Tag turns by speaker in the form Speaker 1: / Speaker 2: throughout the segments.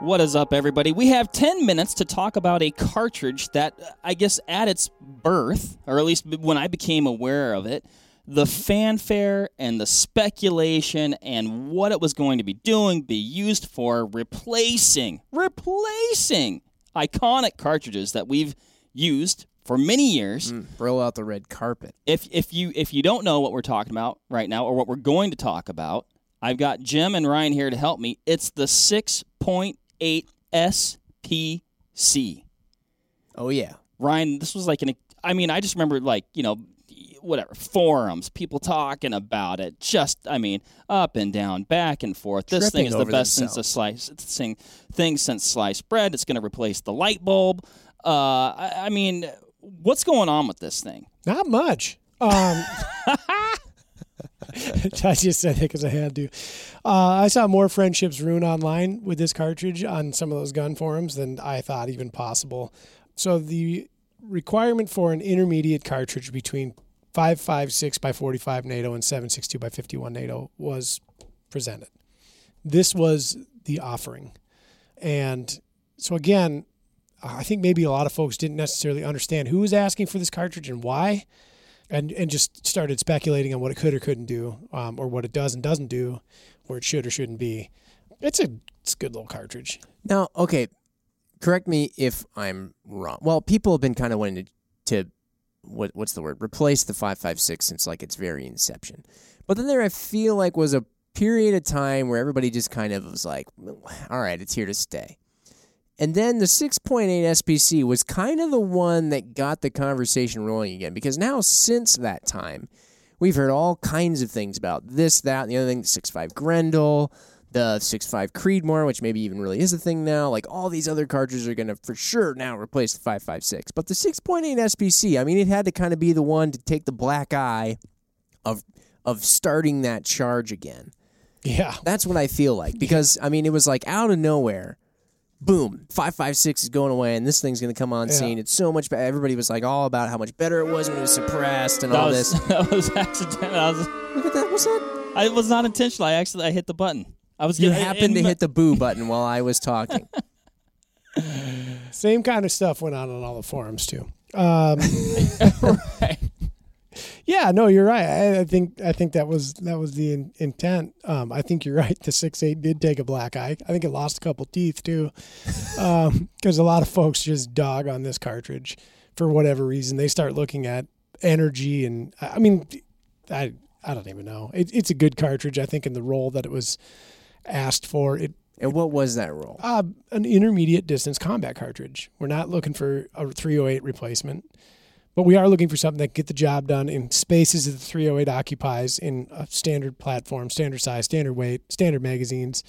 Speaker 1: What is up, everybody? We have 10 minutes to talk about a cartridge that, I guess, at its birth, or at least when I became aware of it, the fanfare and the speculation and what it was going to be doing, be used for replacing, replacing iconic cartridges that we've used for many years.
Speaker 2: Roll out the red carpet.
Speaker 1: If if you if you don't know what we're talking about right now or what we're going to talk about, I've got Jim and Ryan here to help me. It's the 6.8 SPC.
Speaker 2: Oh yeah.
Speaker 1: Ryan, this was like an I mean, I just remember like, you know, whatever, forums, people talking about it. Just I mean, up and down, back and forth. This
Speaker 2: Tripping
Speaker 1: thing is the
Speaker 2: over
Speaker 1: best since the slice thing, thing since sliced bread. It's going to replace the light bulb. Uh, I, I mean, what's going on with this thing?
Speaker 3: Not much. Um, I just said it because I had to. Uh, I saw more friendships ruin online with this cartridge on some of those gun forums than I thought even possible. So the requirement for an intermediate cartridge between 556 by 45 NATO and 762 by 51 NATO was presented. This was the offering. And so again, I think maybe a lot of folks didn't necessarily understand who was asking for this cartridge and why, and and just started speculating on what it could or couldn't do, um, or what it does and doesn't do, where it should or shouldn't be. It's a it's a good little cartridge.
Speaker 2: Now, okay, correct me if I'm wrong. Well, people have been kind of wanting to, to what what's the word? Replace the five five six since like its very inception. But then there, I feel like was a period of time where everybody just kind of was like, "Mm, all right, it's here to stay. And then the 6.8 SPC was kind of the one that got the conversation rolling again because now since that time, we've heard all kinds of things about this, that, and the other thing, the 6.5 Grendel, the 6.5 Creedmoor, which maybe even really is a thing now. Like all these other cartridges are going to for sure now replace the 5.56. But the 6.8 SPC, I mean, it had to kind of be the one to take the black eye of of starting that charge again.
Speaker 3: Yeah,
Speaker 2: That's what I feel like because I mean it was like out of nowhere, boom, five five six is going away and this thing's going to come on
Speaker 3: Yeah.
Speaker 2: scene. It's so much better. Everybody was like all about how much better it was when it was suppressed and all
Speaker 1: that was,
Speaker 2: this.
Speaker 1: That was accidental. I was,
Speaker 2: Look at that. What's that?
Speaker 1: I was not intentional. I actually I hit the button. I was
Speaker 2: You
Speaker 1: getting-
Speaker 2: happened to
Speaker 1: in-
Speaker 2: hit the boo button while I was talking.
Speaker 3: same kind of stuff went on on all the forums too. Um, Yeah, no, you're right. I, I think I think that was that was the in, intent. Um, I think you're right. The six eight did take a black eye. I think it lost a couple teeth too, because a lot of folks just dog on this cartridge for whatever reason. They start looking at energy, and I I mean, I I don't even know. It, it's a good cartridge. I think in the role that it was asked for, it
Speaker 2: And what was that roll?
Speaker 3: uh, an intermediate distance combat cartridge. We're not looking for a 308 replacement, but we are looking for something that can get the job done in spaces that the 308 occupies in a standard platform, standard size, standard weight, standard magazines,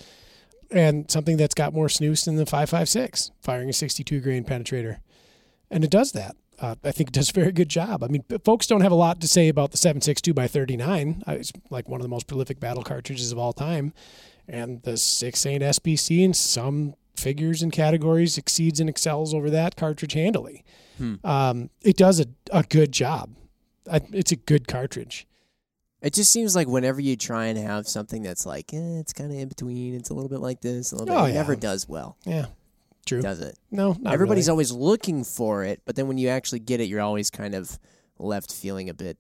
Speaker 3: and something that's got more snooze than the 556, firing a 62 grain penetrator. And it does that. Uh, I think it does a very good job. I mean, p- folks don't have a lot to say about the 762 by 39. Uh, It's like one of the most prolific battle cartridges of all time and the 6.8 SBC in some figures and categories exceeds and excels over that cartridge handily. Um, it does a, a good job. I, it's a good cartridge.
Speaker 2: It just seems like whenever you try and have something that's like, eh, it's kind of in between, it's a little bit like this, a little bit,
Speaker 3: Oh,
Speaker 2: it
Speaker 3: yeah.
Speaker 2: never does well,
Speaker 3: Yeah, true.
Speaker 2: does it?
Speaker 3: No, not
Speaker 2: Everybody's
Speaker 3: really.
Speaker 2: always looking for it, but then when you actually get it, you're always kind of left feeling a bit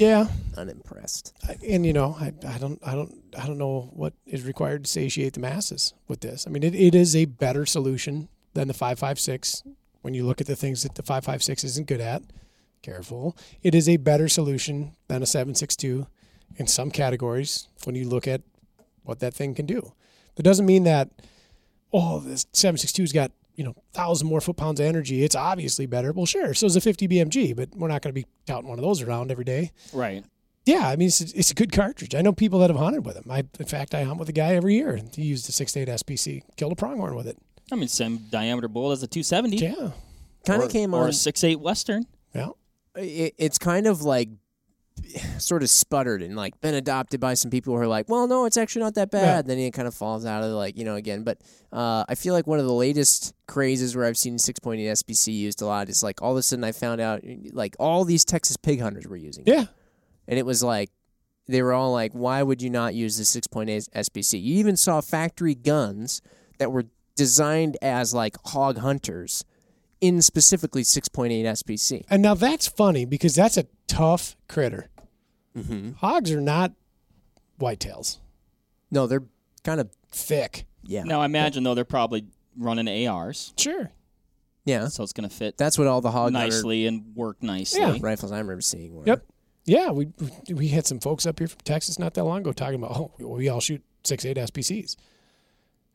Speaker 3: yeah,
Speaker 2: unimpressed.
Speaker 3: I- and you know, I, I don't, I don't, I don't know what is required to satiate the masses with this. I mean, it, it is a better solution than the 5.56. When you look at the things that the 5.56 isn't good at, careful. It is a better solution than a 762 in some categories when you look at what that thing can do. That doesn't mean that oh this 762's got you know thousand more foot pounds of energy. It's obviously better. Well, sure, so is a 50 BMG, but we're not going to be touting one of those around every day.
Speaker 1: right.
Speaker 3: Yeah, I mean it's, it's a good cartridge. I know people that have hunted with him. I, in fact, I hunt with a guy every year. He used the six eight SPC, killed a pronghorn with it.
Speaker 1: I mean, same diameter bullet as a 270
Speaker 3: Yeah,
Speaker 2: Kind
Speaker 1: or-
Speaker 2: of came
Speaker 1: or
Speaker 2: on.
Speaker 1: a 6.8 Western.
Speaker 3: yeah,
Speaker 2: It, it's kind of like sort of sputtered and like been adopted by some people who are like, well, no, it's actually not that bad. Then it kind of falls out of like you know again. But uh, I feel like one of the latest crazes where I've seen 6.8 SBC used a lot is like all of a sudden I found out like all these Texas pig hunters were using. it.
Speaker 3: yeah.
Speaker 2: and it was like they were all like, "Why would you not use the 6.8 SBC?" You even saw factory guns that were designed as like hog hunters in specifically 6.8 SPC.
Speaker 3: And now that's funny because that's a tough critter. Hogs are not whitetails.
Speaker 2: No, they're kind of
Speaker 3: Thick.
Speaker 2: yeah.
Speaker 1: Now, I imagine, though, they're probably running ARs,
Speaker 3: Sure.
Speaker 2: Yeah.
Speaker 1: so it's going to fit
Speaker 2: That's what all the hog hunter
Speaker 1: nicely and work nicely.
Speaker 3: Yeah.
Speaker 2: rifles I remember seeing were.
Speaker 3: Yep. Yeah, we we had some folks up here from Texas not that long ago talking about oh we all shoot six eight SPCs.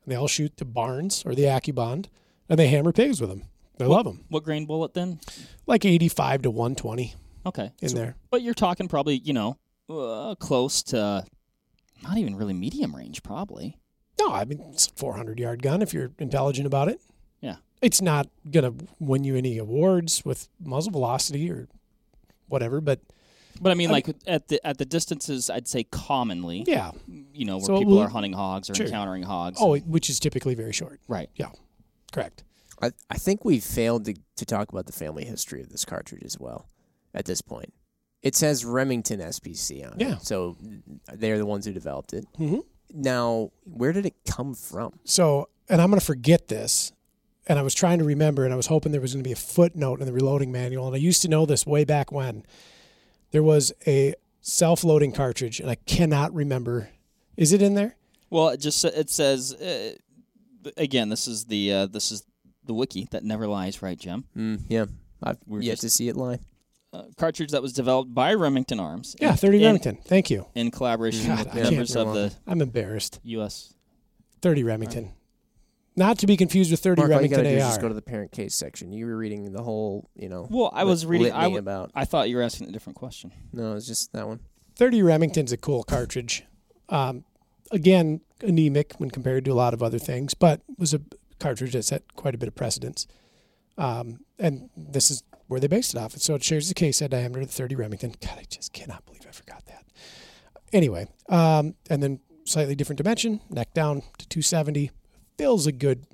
Speaker 3: They all shoot the Barnes or the Acubond, and they hammer pigs with them. They love 'em. love them.
Speaker 1: What grain bullet then?
Speaker 3: Like eighty five to one twenty
Speaker 1: Okay.
Speaker 3: in there.
Speaker 1: But you're talking probably, you know, uh, close to not even really medium range, probably.
Speaker 3: No, I mean it's a four hundred yard gun if you're intelligent about it.
Speaker 1: Yeah.
Speaker 3: It's not gonna win you any awards with muzzle velocity or whatever, but
Speaker 1: But I mean, like at the at the distances, I'd say commonly,
Speaker 3: yeah.
Speaker 1: you know, where
Speaker 3: So it
Speaker 1: people
Speaker 3: will-
Speaker 1: are hunting hogs or
Speaker 3: Sure.
Speaker 1: encountering hogs.
Speaker 3: Oh, which is typically very short.
Speaker 1: right.
Speaker 3: Yeah. Correct.
Speaker 2: I, I think we failed to, to talk about the family history of this cartridge as well at this point. It says Remington SPC on
Speaker 3: Yeah.
Speaker 2: it. So they're the ones who developed it.
Speaker 3: Mm-hmm.
Speaker 2: Now, where did it come from?
Speaker 3: So, and I'm going to forget this. And I was trying to remember, and I was hoping there was going to be a footnote in the reloading manual. And I used to know this way back when. There was a self loading cartridge, and I cannot remember. Is it in there?
Speaker 1: Well, it just sa- it says uh, again. This is the uh, this is the wiki that never lies, right, Jim?
Speaker 2: Mm, yeah. I've
Speaker 1: Hmm. We're
Speaker 2: yet
Speaker 1: just-
Speaker 2: to see it live.
Speaker 1: Uh, cartridge that was developed by Remington Arms.
Speaker 3: Yeah,
Speaker 1: in,
Speaker 3: 30
Speaker 1: in-
Speaker 3: Remington. Thank you.
Speaker 1: in collaboration
Speaker 3: God,
Speaker 1: with
Speaker 3: I can't
Speaker 1: members of
Speaker 2: remember.
Speaker 1: the
Speaker 3: I'm embarrassed.
Speaker 1: U.S.
Speaker 3: 30 Remington. Not to be confused with 30
Speaker 2: Mark, all you gotta
Speaker 3: Remington
Speaker 2: do is
Speaker 3: AR.
Speaker 2: just go to the parent case section. You were reading the whole, you know.
Speaker 1: Well, I
Speaker 2: lit-
Speaker 1: was reading.
Speaker 2: litany
Speaker 1: I, w-
Speaker 2: about.
Speaker 1: I thought you were asking a different question.
Speaker 2: No, it's just that one.
Speaker 3: 30 Remington's a cool cartridge. Um, again, anemic when compared to a lot of other things, but was a cartridge that set quite a bit of precedence. Um, and this is where they based it off. So it shares the case head diameter of the 30 Remington. God, I just cannot believe I forgot that. Anyway, um, and then slightly different dimension, neck down to 270, fills a good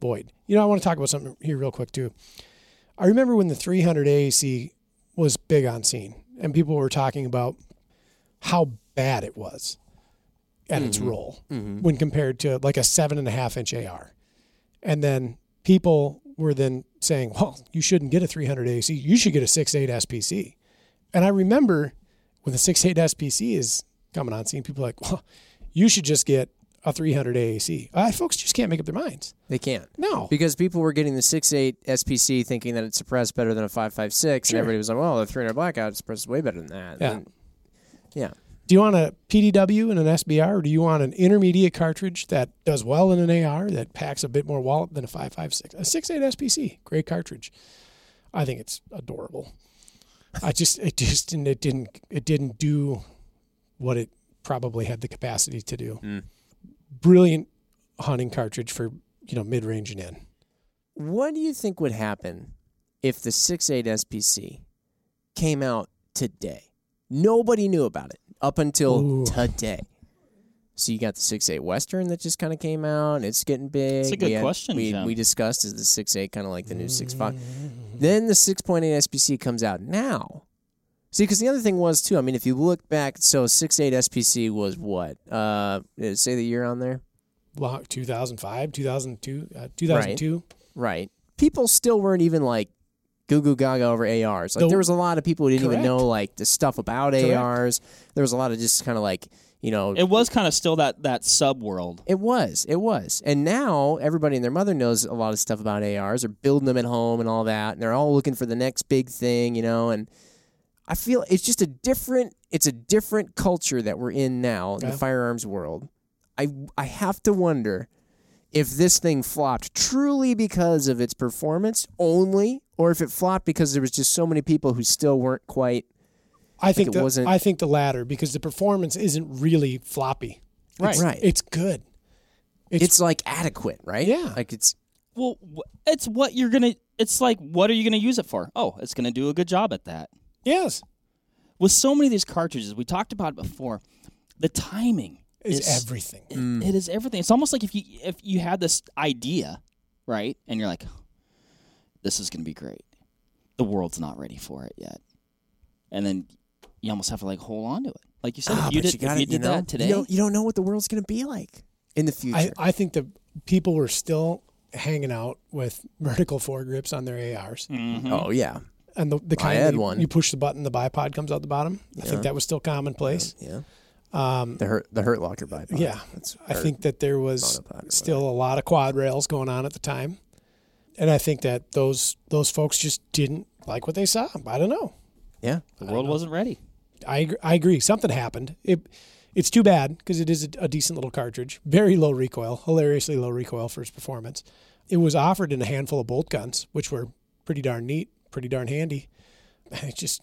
Speaker 3: void. You know, I want to talk about something here real quick too. I remember when the 300 AAC was big on scene, and people were talking about how bad it was at its roll
Speaker 1: Mm-hmm.
Speaker 3: when compared to like a seven and a half inch AR. And then people were then saying, well, you shouldn't get a 300 AC. You should get a 6.8 SPC. And I remember when the 6.8 SPC is coming on scene, people are like, well, you should just get a 300 AAC. Uh, folks just can't make up their minds.
Speaker 2: They can't.
Speaker 3: No.
Speaker 2: Because people were getting the 6.8 SPC thinking that it suppressed better than a 5.56,
Speaker 3: Sure.
Speaker 2: and everybody was like, well, the 300 blackout suppresses way better than that.
Speaker 3: Yeah.
Speaker 2: And- yeah.
Speaker 3: Do you want a PDW and an SBR, or do you want an intermediate cartridge that does well in an AR that packs a bit more wallop than a 5.56? A 6.8 SPC, great cartridge. I think it's adorable. I just it just didn't it didn't it didn't do what it probably had the capacity to do. Brilliant hunting cartridge for you know mid range and in.
Speaker 2: What do you think would happen if the 6.8 SPC came out today? Nobody knew about it up until
Speaker 3: Ooh.
Speaker 2: today. So you got the 6.8 Western that just kind of came out. and It's getting big.
Speaker 1: It's a good
Speaker 2: we had-
Speaker 1: question,
Speaker 2: We,
Speaker 1: Jim.
Speaker 2: we discussed is the 6.8 kind of like the new 6.5. Then the 6.8 SPC comes out now. See, because the other thing was too. I mean, if you look back, so 6.8 SPC was what? Uh, did it say the year on there?
Speaker 3: Long 2005, 2002, uh, 2002.
Speaker 2: Right. People still weren't even like goo goo gaga over ARs. Like
Speaker 3: No.
Speaker 2: there was a lot of people who didn't
Speaker 3: Correct.
Speaker 2: even know like the stuff about
Speaker 3: Correct.
Speaker 2: ARs. There was a lot of just kind of like you know.
Speaker 1: It was kind of still that that sub world.
Speaker 2: it was, it was, and now everybody and their mother knows a lot of stuff about ARs. They're building them at home and all that, and they're all looking for the next big thing, you know. And I feel it's just a different, it's a different culture that we're in now in
Speaker 3: Yeah.
Speaker 2: the firearms world. I I have to wonder if this thing flopped truly because of its performance only, or if it flopped because there was just so many people who still weren't quite
Speaker 3: I think
Speaker 2: it
Speaker 3: the,
Speaker 2: wasn't-
Speaker 3: I think the latter because the performance isn't really floppy.
Speaker 1: Right.
Speaker 2: right.
Speaker 3: It's good.
Speaker 2: It's,
Speaker 3: it's-
Speaker 2: like adequate, right?
Speaker 3: Yeah.
Speaker 2: like it's
Speaker 1: Well, wh- it's what you're gonna. It's like, what are you gonna use it for? Oh, it's gonna do a good job at that.
Speaker 3: Yes.
Speaker 1: With so many of these cartridges, we talked about it before. The timing
Speaker 3: Is
Speaker 1: is
Speaker 3: everything.
Speaker 1: it- it is everything. It's almost like if you if you had this idea, right, and you're like, this is gonna be great. The world's not ready for it yet, and then you almost have to like hold on to it. Like you said,
Speaker 2: Ah,
Speaker 1: if you
Speaker 2: but
Speaker 1: did, if
Speaker 2: gotta-
Speaker 1: you did
Speaker 2: know,
Speaker 1: that today,
Speaker 2: You don't, you don't know what the world's going to be like in the future.
Speaker 3: I, I think the people were still hanging out with vertical foregrips on their ARs.
Speaker 1: Mm-hmm.
Speaker 2: Oh yeah,
Speaker 3: And the, the kind
Speaker 2: had
Speaker 3: that you-
Speaker 2: one.
Speaker 3: you push the button, the bipod comes out the bottom. I think that was still commonplace.
Speaker 2: yeah. Um, the hurt the hurt locker bipod.
Speaker 3: Yeah.
Speaker 2: That's
Speaker 3: I
Speaker 2: hurt.
Speaker 3: think that there was
Speaker 2: monopod, whatever.
Speaker 3: still a lot of quad rails going on at the time. And I think that those those folks just didn't like what they saw. I don't know.
Speaker 2: yeah.
Speaker 1: The world wasn't ready.
Speaker 3: I agr- I agree. Something happened. It it's too bad because it is a, a decent little cartridge. Very low recoil, hilariously low recoil for its performance. It was offered in a handful of bolt guns, which were pretty darn neat, pretty darn handy. It just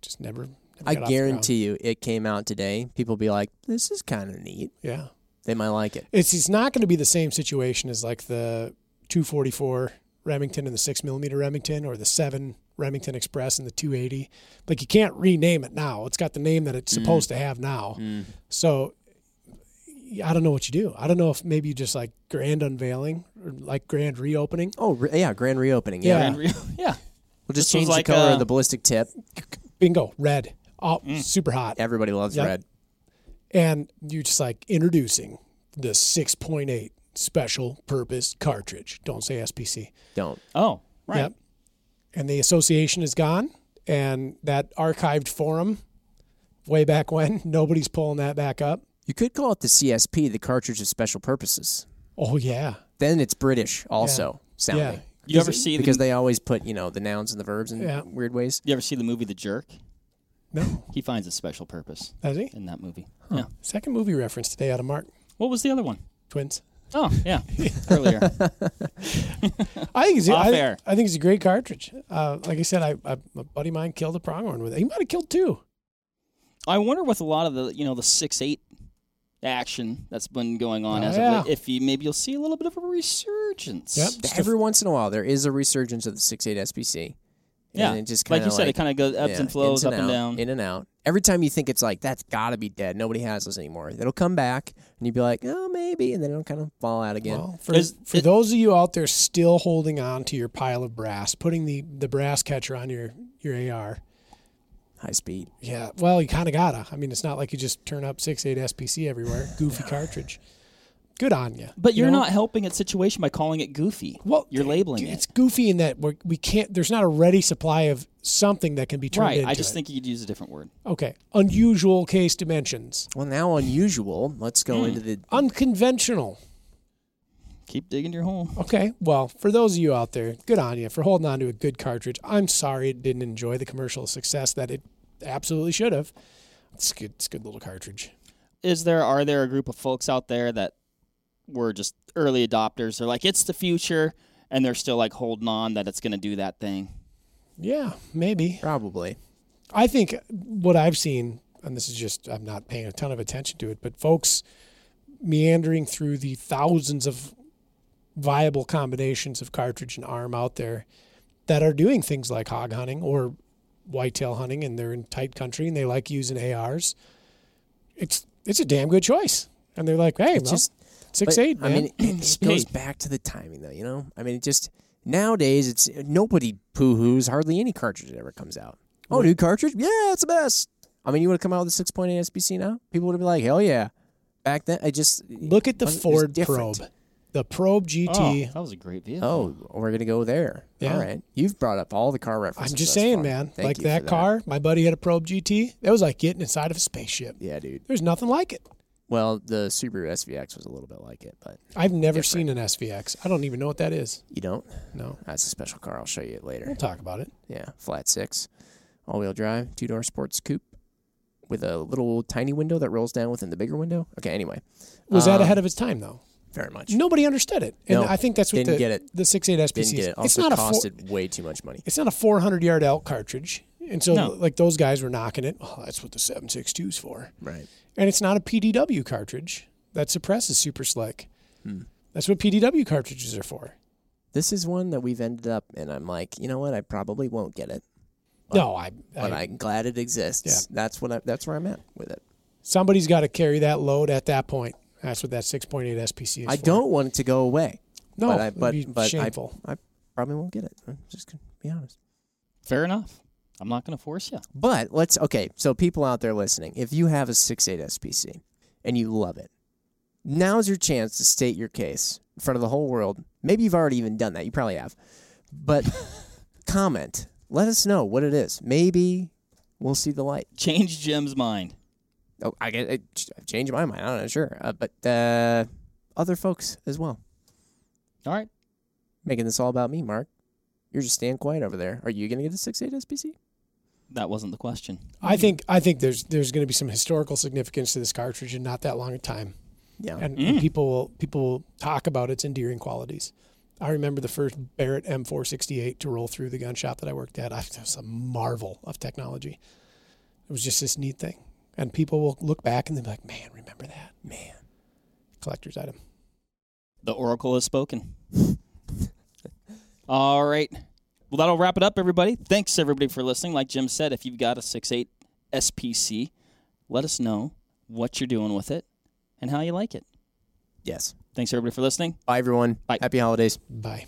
Speaker 3: just never. never
Speaker 2: I
Speaker 3: got off the ground.
Speaker 2: guarantee you, it came out today. People be like, "This is kind of neat.
Speaker 3: Yeah,
Speaker 2: They might like it."
Speaker 3: it's it's not going to be the same situation as like the 244 Remington and the six millimeter Remington or the seven Remington Express and the 280. Like you can't rename it now. It's got the name that it's supposed to have now. So I don't know what you do. I don't know if maybe you just like grand unveiling or like grand reopening.
Speaker 2: Oh re- yeah, grand reopening.
Speaker 3: Yeah.
Speaker 2: Yeah,
Speaker 1: And re- yeah.
Speaker 2: we'll
Speaker 1: This was
Speaker 2: just change
Speaker 1: like,
Speaker 2: the color
Speaker 1: uh,
Speaker 2: of the ballistic tip.
Speaker 3: Bingo, red. Oh, super hot.
Speaker 2: Everybody loves
Speaker 3: Yep.
Speaker 2: red.
Speaker 3: And you just like introducing the 6.8 special purpose cartridge. Don't say SPC.
Speaker 2: Don't.
Speaker 1: Oh, right.
Speaker 3: Yep. And the association is gone, and that archived forum, way back when, nobody's pulling that back up.
Speaker 2: You could call it the CSP, the cartridge of special purposes.
Speaker 3: Oh yeah,
Speaker 2: Then it's British also sounding
Speaker 3: yeah.
Speaker 1: You ever see
Speaker 2: because
Speaker 1: the,
Speaker 2: they always put you know the nouns and the verbs in
Speaker 3: Yeah.
Speaker 2: weird ways.
Speaker 1: You ever see the movie The Jerk?
Speaker 3: No,
Speaker 1: He finds a special purpose
Speaker 3: does he?
Speaker 1: in that movie. Yeah.
Speaker 3: Second movie reference today out of Mark
Speaker 1: What was the other one?
Speaker 3: Twins.
Speaker 1: Oh, yeah. Earlier.
Speaker 3: I think it's
Speaker 1: Off
Speaker 3: I,
Speaker 1: air.
Speaker 3: I think it's a great cartridge. Uh, like I said, I, I a buddy of mine killed a pronghorn with it. He might have killed two.
Speaker 1: I wonder with a lot of the you know the six eight action that's been going on
Speaker 3: Oh,
Speaker 1: as
Speaker 3: yeah.
Speaker 1: of late, if you maybe you'll see a little bit of a resurgence.
Speaker 3: Yep. Just a-
Speaker 2: Every once in a while, there is a resurgence of the 6.8 SBC.
Speaker 1: Yeah.
Speaker 2: And it just
Speaker 1: like
Speaker 2: kinda
Speaker 1: you said, it
Speaker 2: like-
Speaker 1: kind of goes ebbs
Speaker 2: yeah,
Speaker 1: and flows, up
Speaker 2: ins
Speaker 1: and
Speaker 2: out,
Speaker 1: down.
Speaker 2: In and out. Every time you think it's like, that's got to be dead. Nobody has those anymore. It'll come back, and you'd be like, oh, maybe. And then it'll kind of fall out again.
Speaker 3: Well, for,
Speaker 1: Is-
Speaker 3: for
Speaker 1: it-
Speaker 3: those of you out there still holding on to your pile of brass, putting the, the brass catcher on your, your AR,
Speaker 2: High speed.
Speaker 3: Yeah, well, you kind of gotta. I mean, it's not like you just turn up six eight SPC everywhere. Goofy cartridge. Good on you.
Speaker 1: but you're not helping its situation by calling it goofy.
Speaker 3: Well,
Speaker 1: you're labeling
Speaker 3: It's
Speaker 1: it.
Speaker 3: goofy in that we're, we can't. There's not a ready supply of something that can be turned
Speaker 1: Right.
Speaker 3: into.
Speaker 1: I just
Speaker 3: it.
Speaker 1: think you'd use a different word.
Speaker 3: Okay, unusual case dimensions,
Speaker 2: Well, now unusual. Let's go
Speaker 1: Hmm.
Speaker 2: into the.
Speaker 3: unconventional.
Speaker 1: Keep digging your hole.
Speaker 3: Okay, well, for those of you out there, good on you for holding on to a good cartridge. I'm sorry it didn't enjoy the commercial success that it absolutely should have. It's good. It's a good little cartridge.
Speaker 1: Is there are there a group of folks out there that were just early adopters? They're like, it's the future, and they're still like holding on that it's going to do that thing.
Speaker 3: Yeah, maybe.
Speaker 2: Probably.
Speaker 3: I think what I've seen, and this is just I'm not paying a ton of attention to it, but folks meandering through the thousands of viable combinations of cartridge and arm out there that are doing things like hog hunting or whitetail hunting and they're in tight country and they like using ARs. It's it's a damn good choice. And they're like, hey,
Speaker 2: It's
Speaker 3: well,
Speaker 2: just.
Speaker 3: six
Speaker 2: But,
Speaker 3: eight, man.
Speaker 2: I mean, it, it
Speaker 1: Hey.
Speaker 2: goes back to the timing, though. You know, I mean, it just nowadays it's nobody poo hoos. Hardly any cartridge that ever comes out. Oh, new cartridge? Yeah, it's the best. I mean, you would have come out with a six point eight SBC now. People would have been like, hell yeah. Back then, I just
Speaker 3: Look at the
Speaker 2: it was
Speaker 3: Ford
Speaker 2: different.
Speaker 3: Probe. The Probe GT.
Speaker 1: Oh, that was a great view.
Speaker 2: Oh, we're gonna go there.
Speaker 3: Yeah.
Speaker 2: All right, you've brought up all the car references.
Speaker 3: I'm just
Speaker 2: thus
Speaker 3: saying,
Speaker 2: far.
Speaker 3: man.
Speaker 2: Thank
Speaker 3: like
Speaker 2: you for
Speaker 3: that car, my buddy had a Probe GT. That was like getting inside of a spaceship.
Speaker 2: Yeah, dude.
Speaker 3: There's nothing like it.
Speaker 2: Well, the Subaru SVX was a little bit like it, but
Speaker 3: I've never seen an SVX. I don't even know what that is.
Speaker 2: you don't.
Speaker 3: No,
Speaker 2: That's a special car. I'll show you it later.
Speaker 3: we'll talk about it.
Speaker 2: Yeah, flat six, all wheel drive, two door sports coupe with a little tiny window that rolls down within the bigger window. Okay, anyway,
Speaker 3: Was that
Speaker 2: Um,
Speaker 3: ahead of its time though?
Speaker 2: very much.
Speaker 3: Nobody understood it, and
Speaker 2: No,
Speaker 3: I think that's what
Speaker 2: didn't
Speaker 3: the
Speaker 2: get it.
Speaker 3: the 6.8
Speaker 2: Didn't
Speaker 3: SPC.
Speaker 2: get
Speaker 3: is.
Speaker 2: it.
Speaker 3: Mm-hmm. It's
Speaker 2: Also
Speaker 3: not a four,
Speaker 2: costed way too much money.
Speaker 3: it's not a 400 yard elk cartridge, and so
Speaker 1: No.
Speaker 3: like those guys were knocking it. Well, that's what the 7.62 is for,
Speaker 2: Right.
Speaker 3: and it's not a PDW cartridge that suppresses super slick.
Speaker 2: Hmm.
Speaker 3: That's what PDW cartridges are for.
Speaker 2: This is one that we've ended up, and I'm like, you know what? I probably won't get it,
Speaker 3: no, I,
Speaker 2: but
Speaker 3: I
Speaker 2: I'm glad it exists. That's what I, that's where I'm at with it.
Speaker 3: somebody's got to carry that load at that point. That's what that 6.8 SPC is
Speaker 2: I
Speaker 3: for.
Speaker 2: don't want it to go away.
Speaker 3: No,
Speaker 2: but I,
Speaker 3: it'd
Speaker 2: but,
Speaker 3: be
Speaker 2: but I,
Speaker 3: shameful.
Speaker 2: I probably won't get it. I'm just gonna be honest.
Speaker 1: Fair enough. I'm not going to force you.
Speaker 2: But let's okay. So people out there listening, if you have a 6.8 SPC and you love it, Now's your chance to state your case in front of the whole world. Maybe you've already even done that. You probably have. But comment. Let us know what it is. Maybe we'll see the light.
Speaker 1: Change Jim's mind.
Speaker 2: Oh, I get it. I've changed my mind. I'm not sure. Uh, but uh, other folks as well.
Speaker 1: All right.
Speaker 2: Making this all about me, Mark. You're just staying quiet over there. Are you going to get a 6.8 SPC?
Speaker 1: That wasn't the question.
Speaker 2: Hmm.
Speaker 3: I think I think there's there's going to be some historical significance to this cartridge in not that long a time,
Speaker 2: Yeah.
Speaker 3: and, and people will people will talk about its endearing qualities. I remember the first Barrett M468 to roll through the gun shop that I worked at. I, that was a marvel of technology. It was just this neat thing, and people will look back and they'll be like, "Man, remember that? Man, collector's item."
Speaker 1: The Oracle has spoken. All right. Well, that'll wrap it up, everybody. Thanks, everybody, for listening. Like Jim said, if you've got a 6.8 SPC, let us know what you're doing with it and how you like it.
Speaker 2: Yes.
Speaker 1: Thanks, everybody, for listening.
Speaker 2: Bye, everyone.
Speaker 1: Bye.
Speaker 2: Happy holidays.
Speaker 3: Bye.